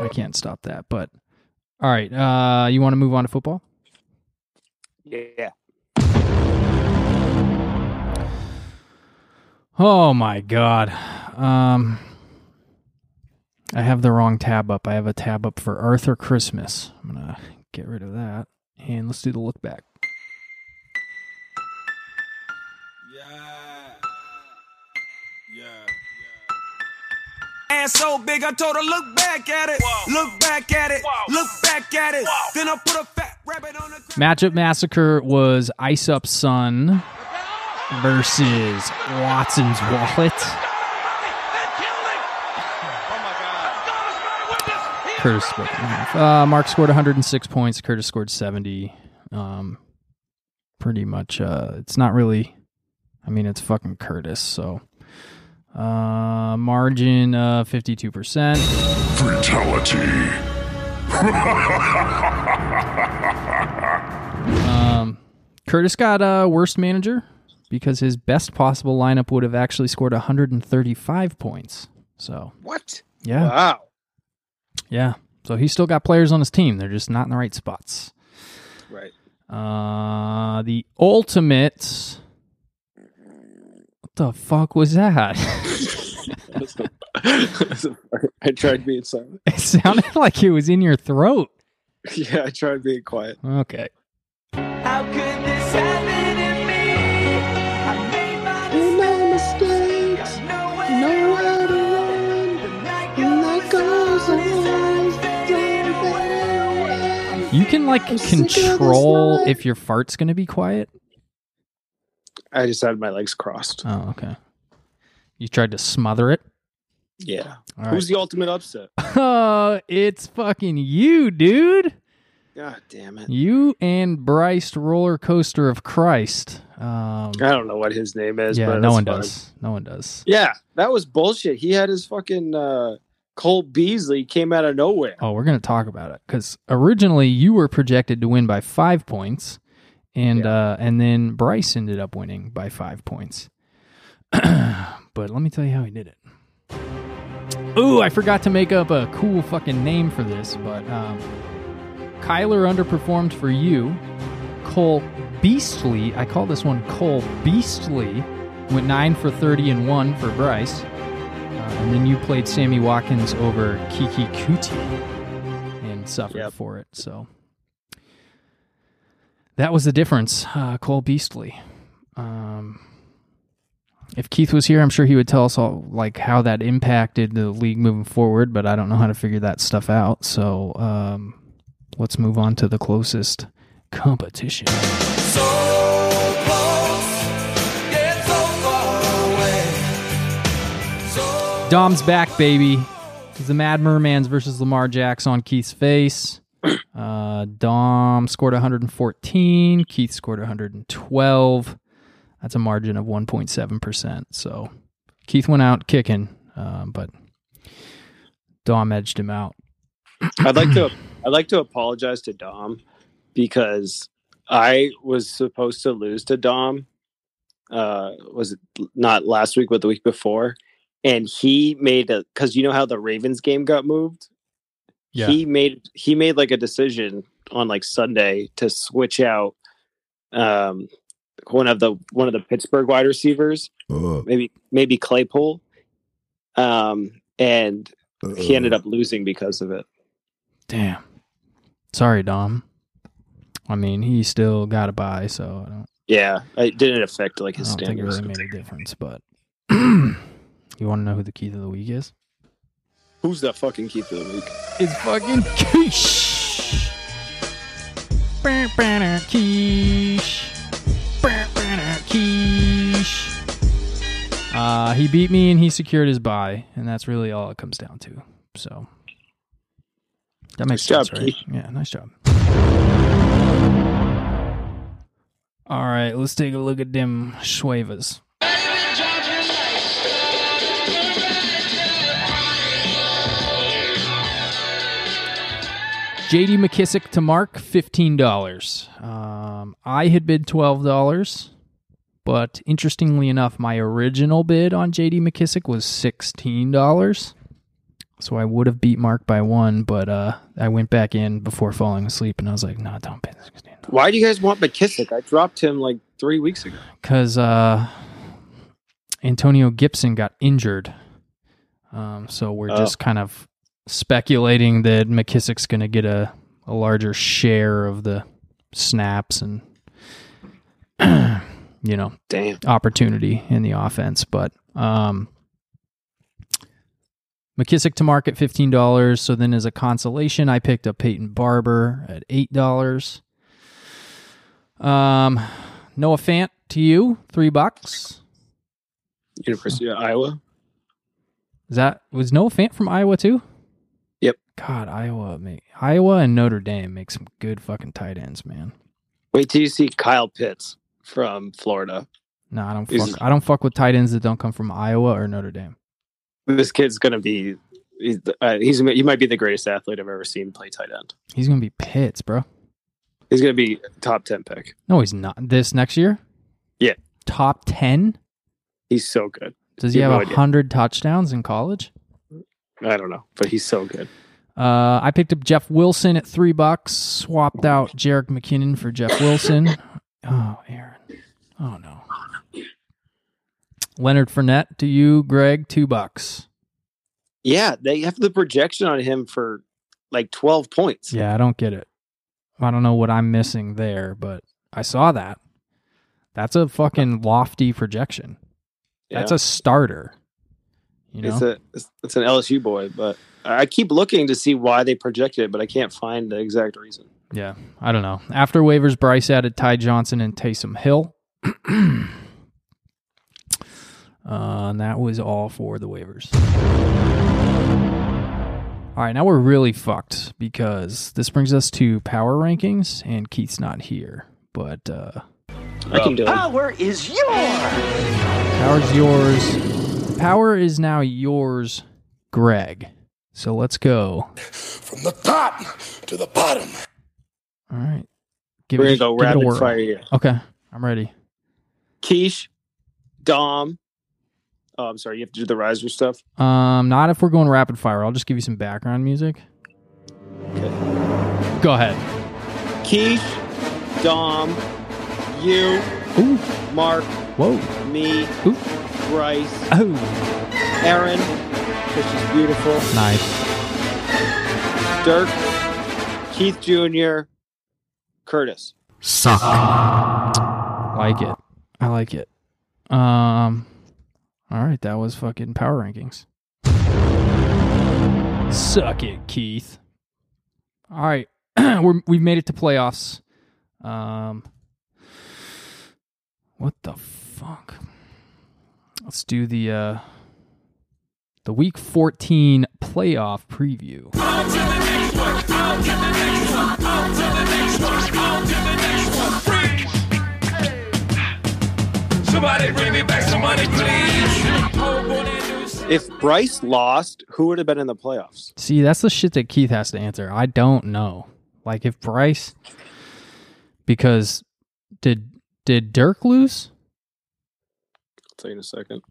S1: I can't stop that. But all right, uh, you want to move on to football?
S3: Yeah.
S1: Oh my god. Um, I have the wrong tab up. I have a tab up for Arthur Christmas. I'm gonna get rid of that and let's do the look back.
S5: Yeah. Yeah.
S6: ass so big, I told her, look back at it. Look back at it. Look back at it. Then I put a fat rabbit on the ground.
S1: Matchup Massacre was Ice Up Sun versus Watson's Wallet. Curtis scored one and a half. Uh, Mark scored 106 points. Curtis scored 70. Um, pretty much. Uh, it's not really. I mean, it's fucking Curtis. So, uh, margin uh, 52%.
S5: Fatality.
S1: Um, Curtis got uh, worst manager because his best possible lineup would have actually scored 135 points. So
S3: What?
S1: yeah,
S3: Wow.
S1: yeah. So he's still got players on his team. They're just not in the right spots.
S3: Right.
S1: Uh, the ultimate. What the fuck was that?
S3: I tried being silent.
S1: it sounded like it was in your throat.
S3: Yeah, I tried being quiet.
S1: Okay.
S6: How could this happen to me? I made my
S3: Made my mistakes,
S6: mistakes. No
S3: nowhere to run,
S6: The night
S3: and that goes on, down
S1: You can like
S3: I'm sick of this
S1: control
S3: life.
S1: if your fart's gonna be quiet.
S3: I just had my legs crossed.
S1: Oh, okay. You tried to smother it.
S3: Yeah.
S1: All right.
S3: Who's the ultimate upset?
S1: Oh, it's fucking you, dude.
S3: God damn it.
S1: You and Bryce Roller Coaster of Christ. Um,
S3: I don't know what his name is.
S1: yeah,
S3: but
S1: no
S3: it's
S1: one
S3: fine.
S1: does. No one does.
S3: Yeah, that was bullshit. He had his fucking uh, Cole Beasley came out of nowhere.
S1: Oh, we're going to talk about it because originally you were projected to win by five points, and uh, and then Bryce ended up winning by five points. but let me tell you how he did it. Ooh, I forgot to make up a cool fucking name for this, but um, Kyler underperformed for you. Cole Beastly, I call this one Cole Beastly, went nine for thirty and one for Bryce. Uh, and then you played Sammy Watkins over Kiki Kuti and suffered
S3: Yep.
S1: for it. So that was the difference. Uh, Cole Beastly. Um, if Keith was here, I'm sure he would tell us all like how that impacted the league moving forward. But I don't know how to figure that stuff out. So um, let's move on to the closest competition.
S6: So close, yet so far away. So
S1: Dom's back, baby. It's the Mad Mermans versus Lamar Jacks on Keith's face. Uh, Dom scored 114. Keith scored 112. That's a margin of 1.7%. So Keith went out kicking, uh, but Dom edged him out.
S3: I'd like to I'd like to apologize to Dom because I was supposed to lose to Dom. Uh, was it not last week, but the week before? And he made a because you know how the Ravens game got moved. he made he made like a decision on like Sunday to switch out um one of the one of the Pittsburgh wide receivers,
S5: Uh,
S3: maybe maybe Claypool, um, and
S5: uh,
S3: he ended up losing because of it.
S1: Damn. Sorry, Dom. I mean, he still got a buy, so I don't.
S3: Yeah, it didn't affect like
S1: I
S3: his
S1: don't think it
S3: standards.
S1: really made a difference, but you want to know who the Keith of the week is?
S3: Who's that fucking keeper of the week?
S1: It's fucking Keish. Brr, brr, Keish. Brr, brr, Keish. Uh, he beat me and he secured his bye, and that's really all it comes down to. So that makes
S3: Nice job,
S1: sense, right?
S3: Keith.
S1: Yeah, nice job. All right, let's take a look at them Schwavas. JD McKissick to Mark, fifteen dollars. Um, I had bid twelve dollars, but interestingly enough, my original bid on JD McKissick was sixteen dollars. So I would have beat Mark by one, but uh, I went back in before falling asleep, and I was like, "No, don't bid sixteen dollars."
S3: Why do you guys want McKissick? I dropped him like three weeks ago.
S1: because uh, Antonio Gibson got injured. Um, so we're
S3: Oh.
S1: just kind of speculating that McKissick's going to get a, a larger share of the snaps and, you know,
S3: Damn.
S1: opportunity in the offense. But um, McKissick to Mark at fifteen dollars. So then, as a consolation, I picked up Peyton Barber at eight dollars. Um, Noah Fant to you, three bucks.
S3: University of Iowa.
S1: Is that was Noah Fant from Iowa too?
S3: Yep.
S1: God, Iowa, ma- Iowa and Notre Dame make some good fucking tight ends, man.
S3: Wait till you see Kyle Pitts from Florida.
S1: No, I don't
S3: Is-
S1: fuck. I don't fuck with tight ends that don't come from Iowa or Notre Dame.
S3: This kid's gonna be. He's, uh, he's he might be the greatest athlete I've ever seen play tight end.
S1: He's gonna be Pitts, bro.
S3: He's gonna be top ten pick.
S1: No, he's not. This next year?
S3: Yeah.
S1: Top 10?
S3: He's so good.
S1: Does he
S3: You
S1: have
S3: have
S1: a
S3: no idea.
S1: 100 touchdowns in college?
S3: I don't know, but he's so good.
S1: Uh, I picked up Jeff Wilson at three bucks, swapped out Jarek McKinnon for Jeff Wilson. Oh, Aaron. Oh, no. Leonard Fournette to you, Greg, two bucks.
S3: Yeah, they have the projection on him for like twelve points.
S1: Yeah, I don't get it. I don't know what I'm missing there, but I saw that. That's a fucking lofty projection. That's
S3: Yeah.
S1: a starter. You know?
S3: It's a it's, it's an LSU boy, but I keep looking to see why they projected it, but I can't find the exact reason.
S1: Yeah, I don't know. After waivers, Bryce added Ty Johnson and Taysom Hill. uh, and that was all for the waivers. All right, now we're really fucked because this brings us to power rankings, and Keith's not here. But uh,
S3: I can do it.
S6: Power is yours.
S1: power's yours. Power is now yours, Greg. So let's go.
S5: From the top to the bottom.
S1: All right, give
S3: We're gonna
S1: it-
S3: go
S1: give it a
S3: rapid
S1: whirl.
S3: fire here.
S1: Okay, I'm ready.
S3: Keish, Dom. Oh, I'm sorry. You have to do the riser stuff.
S1: Um, not if we're going rapid fire. I'll just give you some background music. Go ahead.
S3: Keish, Dom, you,
S1: Ooh,
S3: Mark,
S1: whoa,
S3: me,
S1: Ooh.
S3: Bryce,
S1: oh,
S3: Aaron, which is beautiful,
S1: nice.
S3: Dirk, Keith Jr., Curtis.
S1: Like it. I like it. Um, all right, that was fucking power rankings. Suck it, Keith. All right, we're, we've made it to playoffs. Um, what the fuck? Let's do the uh, the week fourteen playoff preview.
S5: Somebody bring me back some money, please.
S3: If Bryce lost, who would have been in the playoffs?
S1: See, that's the shit that Keith has to answer. I don't know. Like if Bryce because did did Dirk lose?
S3: I'll tell you in a second.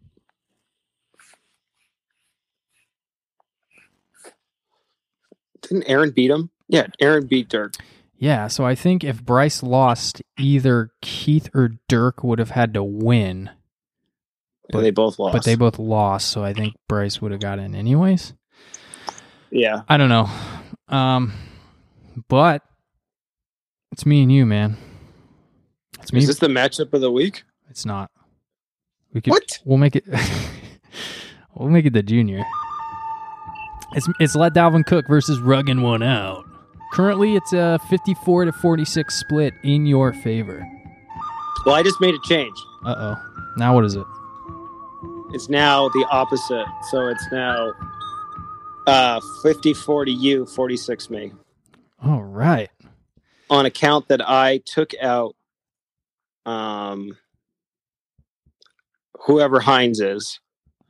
S3: Didn't Aaron beat him? Yeah, Aaron beat Dirk.
S1: Yeah, so I think if Bryce lost, either Keith or Dirk would have had to win, But-
S3: and they both lost.
S1: but they both lost, so I think Bryce would have got in anyways.
S3: yeah.
S1: I don't know. Um but it's me and you, man. It's me
S3: Is this the matchup of the week?
S1: It's not. We could,
S3: What?
S1: We'll make it. we'll make it the junior. It's it's let Dalvin Cook versus rugging one out. Currently, it's a 54 to 46 split in your favor.
S3: Well, I just made a change.
S1: Uh oh. Now what is it?
S3: It's now the opposite. So it's now uh, 54 to you, 46 me.
S1: All right.
S3: On account that I took out um, whoever Hines is.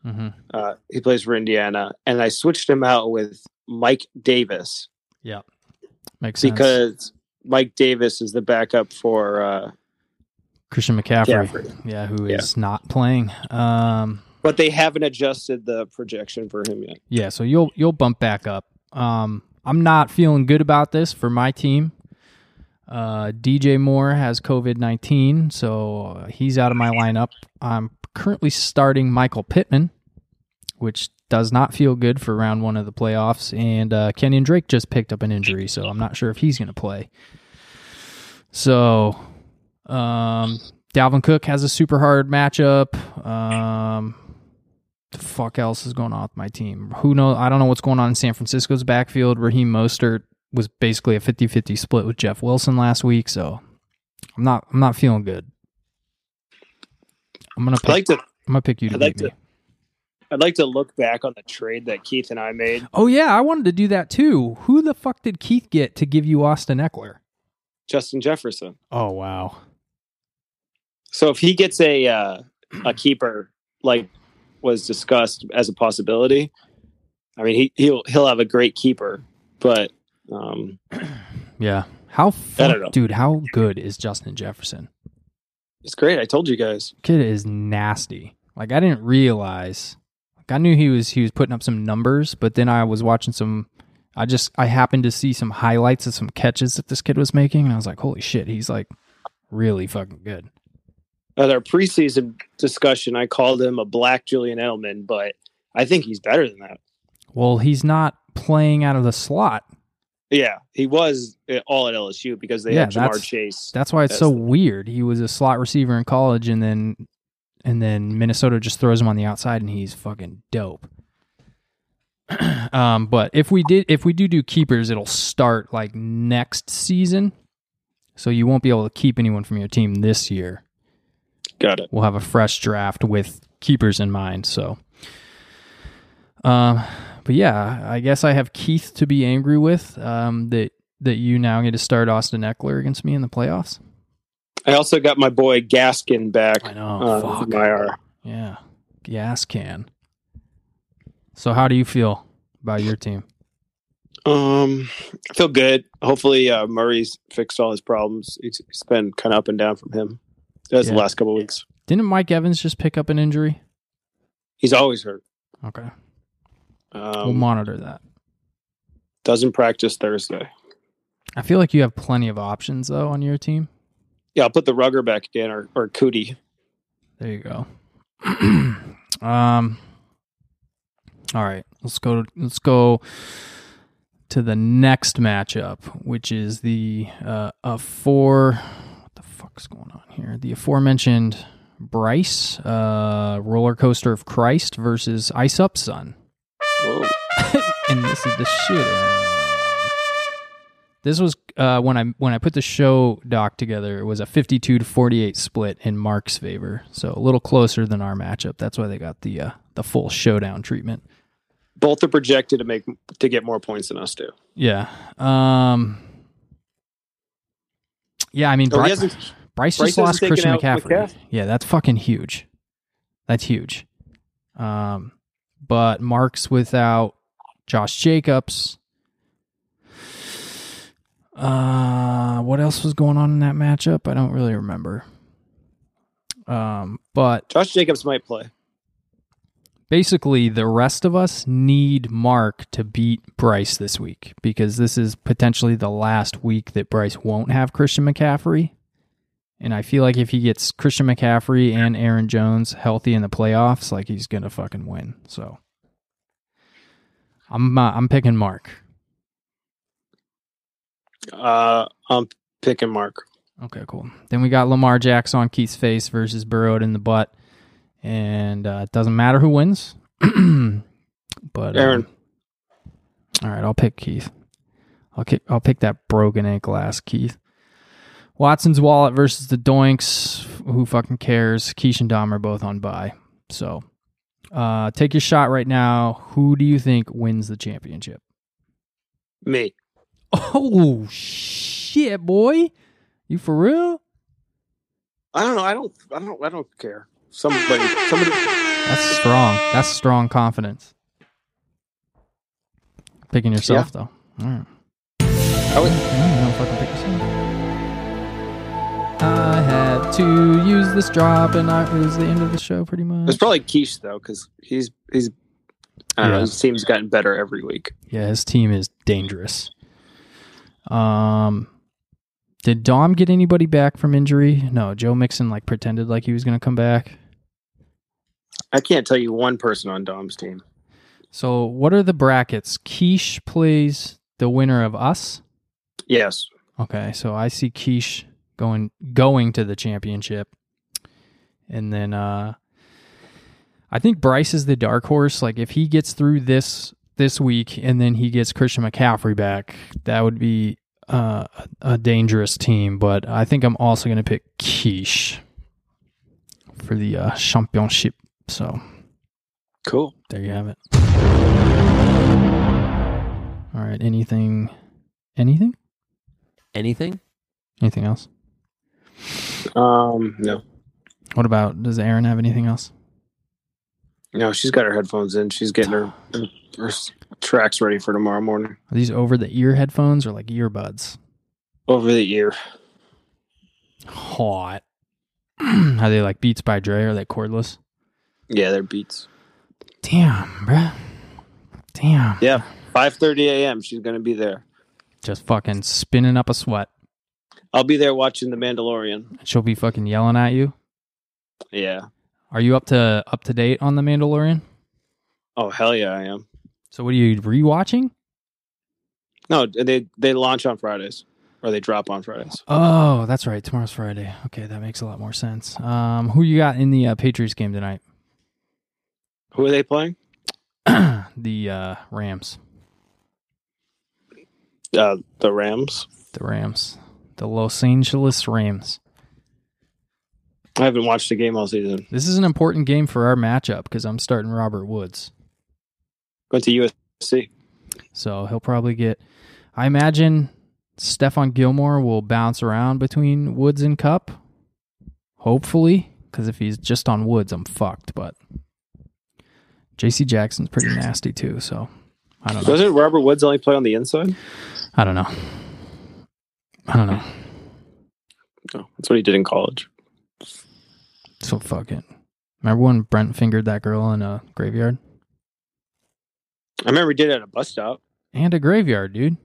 S1: Mm-hmm.
S3: Uh, he plays for Indiana. And I switched him out with Mike Davis
S1: Makes sense.
S3: because Mike Davis is the backup for uh,
S1: Christian McCaffrey,
S3: Gafford.
S1: yeah, who
S3: Yeah.
S1: is not playing. Um,
S3: But they haven't adjusted the projection for him yet.
S1: Yeah, so you'll you'll bump back up. Um, I'm not feeling good about this for my team. Uh, DJ Moore has COVID nineteen, so uh, he's out of my lineup. I'm currently starting Michael Pittman, which does not feel good for round one of the playoffs. And uh, Kenyon Drake just picked up an injury, so I'm not sure if he's going to play. So, um, Dalvin Cook has a super hard matchup. Um, the fuck else is going on with my team? Who knows? I don't know what's going on in San Francisco's backfield. Raheem Mostert was basically a 50-50 split with Jeff Wilson last week, so I'm not I'm not feeling good. I'm gonna pick,
S3: I'd like to
S1: I'm gonna pick you to
S3: I'd like
S1: beat me.
S3: to- I'd like to look back on the trade that Keith and I made.
S1: Oh yeah, I wanted to do that too. Who the fuck did Keith get to give you Austin Eckler?
S3: Justin Jefferson.
S1: Oh wow.
S3: So if he gets a uh, a keeper, like was discussed as a possibility, I mean he he'll he'll have a great keeper, but um,
S1: Yeah. How
S3: don't know.
S1: fuck, dude, how good is Justin Jefferson?
S3: it's great. I told you guys.
S1: Kid is nasty. Like I didn't realize like I knew he was he was putting up some numbers, but then I was watching some I just I happened to see some highlights of some catches that this kid was making and I was like, "Holy shit, he's like really fucking good."
S3: At our uh, preseason discussion, I called him a black Julian Edelman, but I think he's better than that.
S1: Well, he's not playing out of the slot.
S3: Yeah, he was uh, all at LSU because they had
S1: Yeah,
S3: Jamar
S1: that's-
S3: Chase.
S1: That's why it's
S3: That's
S1: so
S3: the-
S1: weird. He was a slot receiver in college and then and then Minnesota just throws him on the outside and he's fucking dope. um but if we did if we do do keepers it'll start like next season. So you won't be able to keep anyone from your team this year.
S3: Got it.
S1: We'll have a fresh draft with keepers in mind, so um but yeah, I guess I have Keith to be angry with um that that you now get to start Austin Eckler against me in the playoffs.
S3: I also got my boy Gaskin back.
S1: I know.
S3: uh,
S1: fuck.
S3: from IR.
S1: Yeah. Gas can. So how do you feel about your team?
S3: Um, I feel good. Hopefully, uh, Murray's fixed all his problems. It's, it's been kind of up and down from him. That's the
S1: Yeah.
S3: last couple of weeks.
S1: Didn't Mike Evans just pick up an injury?
S3: He's always hurt.
S1: Okay. we'll
S3: Um,
S1: monitor that.
S3: doesn't practice Thursday.
S1: I feel like you have plenty of options though on your team.
S3: Yeah, I'll put the rugger back again or, or Cootie.
S1: There you go. um All right. Let's go let's go to the next matchup, which is the uh a four what the fuck's going on here? The aforementioned Bryce, uh roller coaster of Christ versus Ice Up Sun.
S3: Whoa.
S1: and this is the shit. out. This was uh, when I when I put the show doc together. It was a fifty-two to forty-eight split in Mark's favor, so a little closer than our matchup. That's why they got the uh, the full showdown treatment.
S3: Both are projected to make to get more points than us do.
S1: Yeah. Um. Yeah, I mean,
S3: Oh, he
S1: Bri-
S3: hasn't-
S1: Bryce
S3: Bryce
S1: just
S3: hasn't
S1: lost
S3: taken
S1: Christian
S3: out
S1: McCaffrey.
S3: McCaff-
S1: Yeah, that's fucking huge. That's huge. Um, but Mark's without Josh Jacobs. Uh, what else was going on in that matchup? I don't really remember. Um, but
S3: Josh Jacobs might play.
S1: basically the rest of us need Mark to beat Bryce this week because this is potentially the last week that Bryce won't have Christian McCaffrey. And I feel like if he gets Christian McCaffrey and Aaron Jones healthy in the playoffs, like he's gonna fucking win. So I'm uh, I'm picking Mark.
S3: Uh, I'm picking Mark.
S1: Okay, cool. Then we got Lamar Jackson on Keith's face versus Burrowed in the butt, and uh, it doesn't matter who wins. but um,
S3: Aaron.
S1: all right, I'll pick Keith. I'll kick, I'll pick that broken ankle ass Keith. Watson's wallet versus the Doinks. Who fucking cares? Keish and Dom are both on bye. So uh, take your shot right now. Who do you think wins the championship?
S3: Me.
S1: Oh shit, boy! You for real?
S3: I don't know. I don't. I don't. I don't care. Somebody. Somebody.
S1: That's strong. That's strong confidence. Picking yourself though. All right.
S3: I would-
S1: Mm, no, fucking pick yourself. I had to use this drop, and I, it was the end of the show, pretty much.
S3: It's probably Keish though, because he's he's. I don't know.
S1: Yeah.
S3: His team's gotten better every week.
S1: yeah, his team is dangerous. Um, did Dom get anybody back from injury? No, Joe Mixon like pretended like he was gonna come back.
S3: I can't tell you one person on Dom's team.
S1: So, what are the brackets? Keish plays the winner of us.
S3: Yes.
S1: Okay, so I see Keish going going to the championship, and then uh, I think Bryce is the dark horse. Like if he gets through this this week and then he gets Christian McCaffrey back, that would be uh, a dangerous team. But I think I'm also going to pick Quiche for the uh, championship. So
S3: Cool.
S1: there you have it. All right. Anything? Anything?
S8: Anything?
S1: Anything else?
S3: Um, no,
S1: What about? Does Aaron have anything else?
S3: no, she's got her headphones in. She's getting her, her s- tracks ready for tomorrow morning.
S1: Are these over the ear headphones or like earbuds?
S3: Over the ear.
S1: Hot. Are they like Beats by Dre? Are they cordless?
S3: Yeah, they're beats.
S1: Damn, bruh. Damn.
S3: Yeah, five thirty a.m. She's gonna be there.
S1: Just fucking spinning up a sweat.
S3: I'll be there watching The Mandalorian.
S1: She'll be fucking yelling at you.
S3: Yeah.
S1: Are you up to up to date on the Mandalorian?
S3: Oh hell yeah, I am.
S1: So what are you rewatching?
S3: No, they they launch on Fridays or they drop on Fridays.
S1: Oh, that's right. Tomorrow's Friday. Okay, that makes a lot more sense. Um, who you got in the uh, Patriots game tonight?
S3: Who are they playing?
S1: the uh, Rams.
S3: Uh, the Rams.
S1: The Rams. The Los Angeles Rams.
S3: I haven't watched the game all season.
S1: This is an important game for our matchup because I'm starting Robert Woods.
S3: Going to USC.
S1: So he'll probably get. I imagine Stefan Gilmore will bounce around between Woods and Cup. Hopefully, because if he's just on Woods, I'm fucked. But J.C. Jackson's pretty nasty too. So I don't know.
S3: Doesn't Robert Woods only play on the inside?
S1: I don't know. I don't know.
S3: No, Oh, that's what he did in college.
S1: So fuck it. Remember when Brent fingered that girl in a graveyard
S3: I remember he did it at a bus stop.
S1: and a graveyard, dude?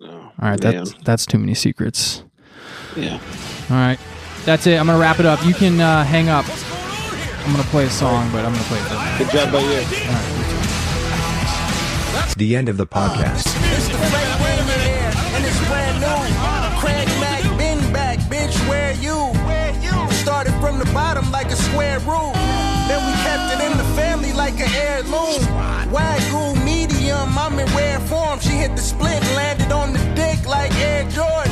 S3: Oh,
S1: All right,
S3: man.
S1: that's that's too many secrets.
S3: yeah.
S1: All right. That's it. I'm going to wrap it up. You can uh, hang up. I'm going to play a song, but I'm going to play it. for
S3: Good job by you.
S9: The end of the podcast.
S6: It's the fake win man, and it's brand new. Craig Mack, been back, bitch, where you? Where you? Started from the bottom like a square root. Then we kept it in the family like an heirloom. Wagyu medium, I'm in rare form. She hit the split, landed on the dick like Air Jordan. Uh.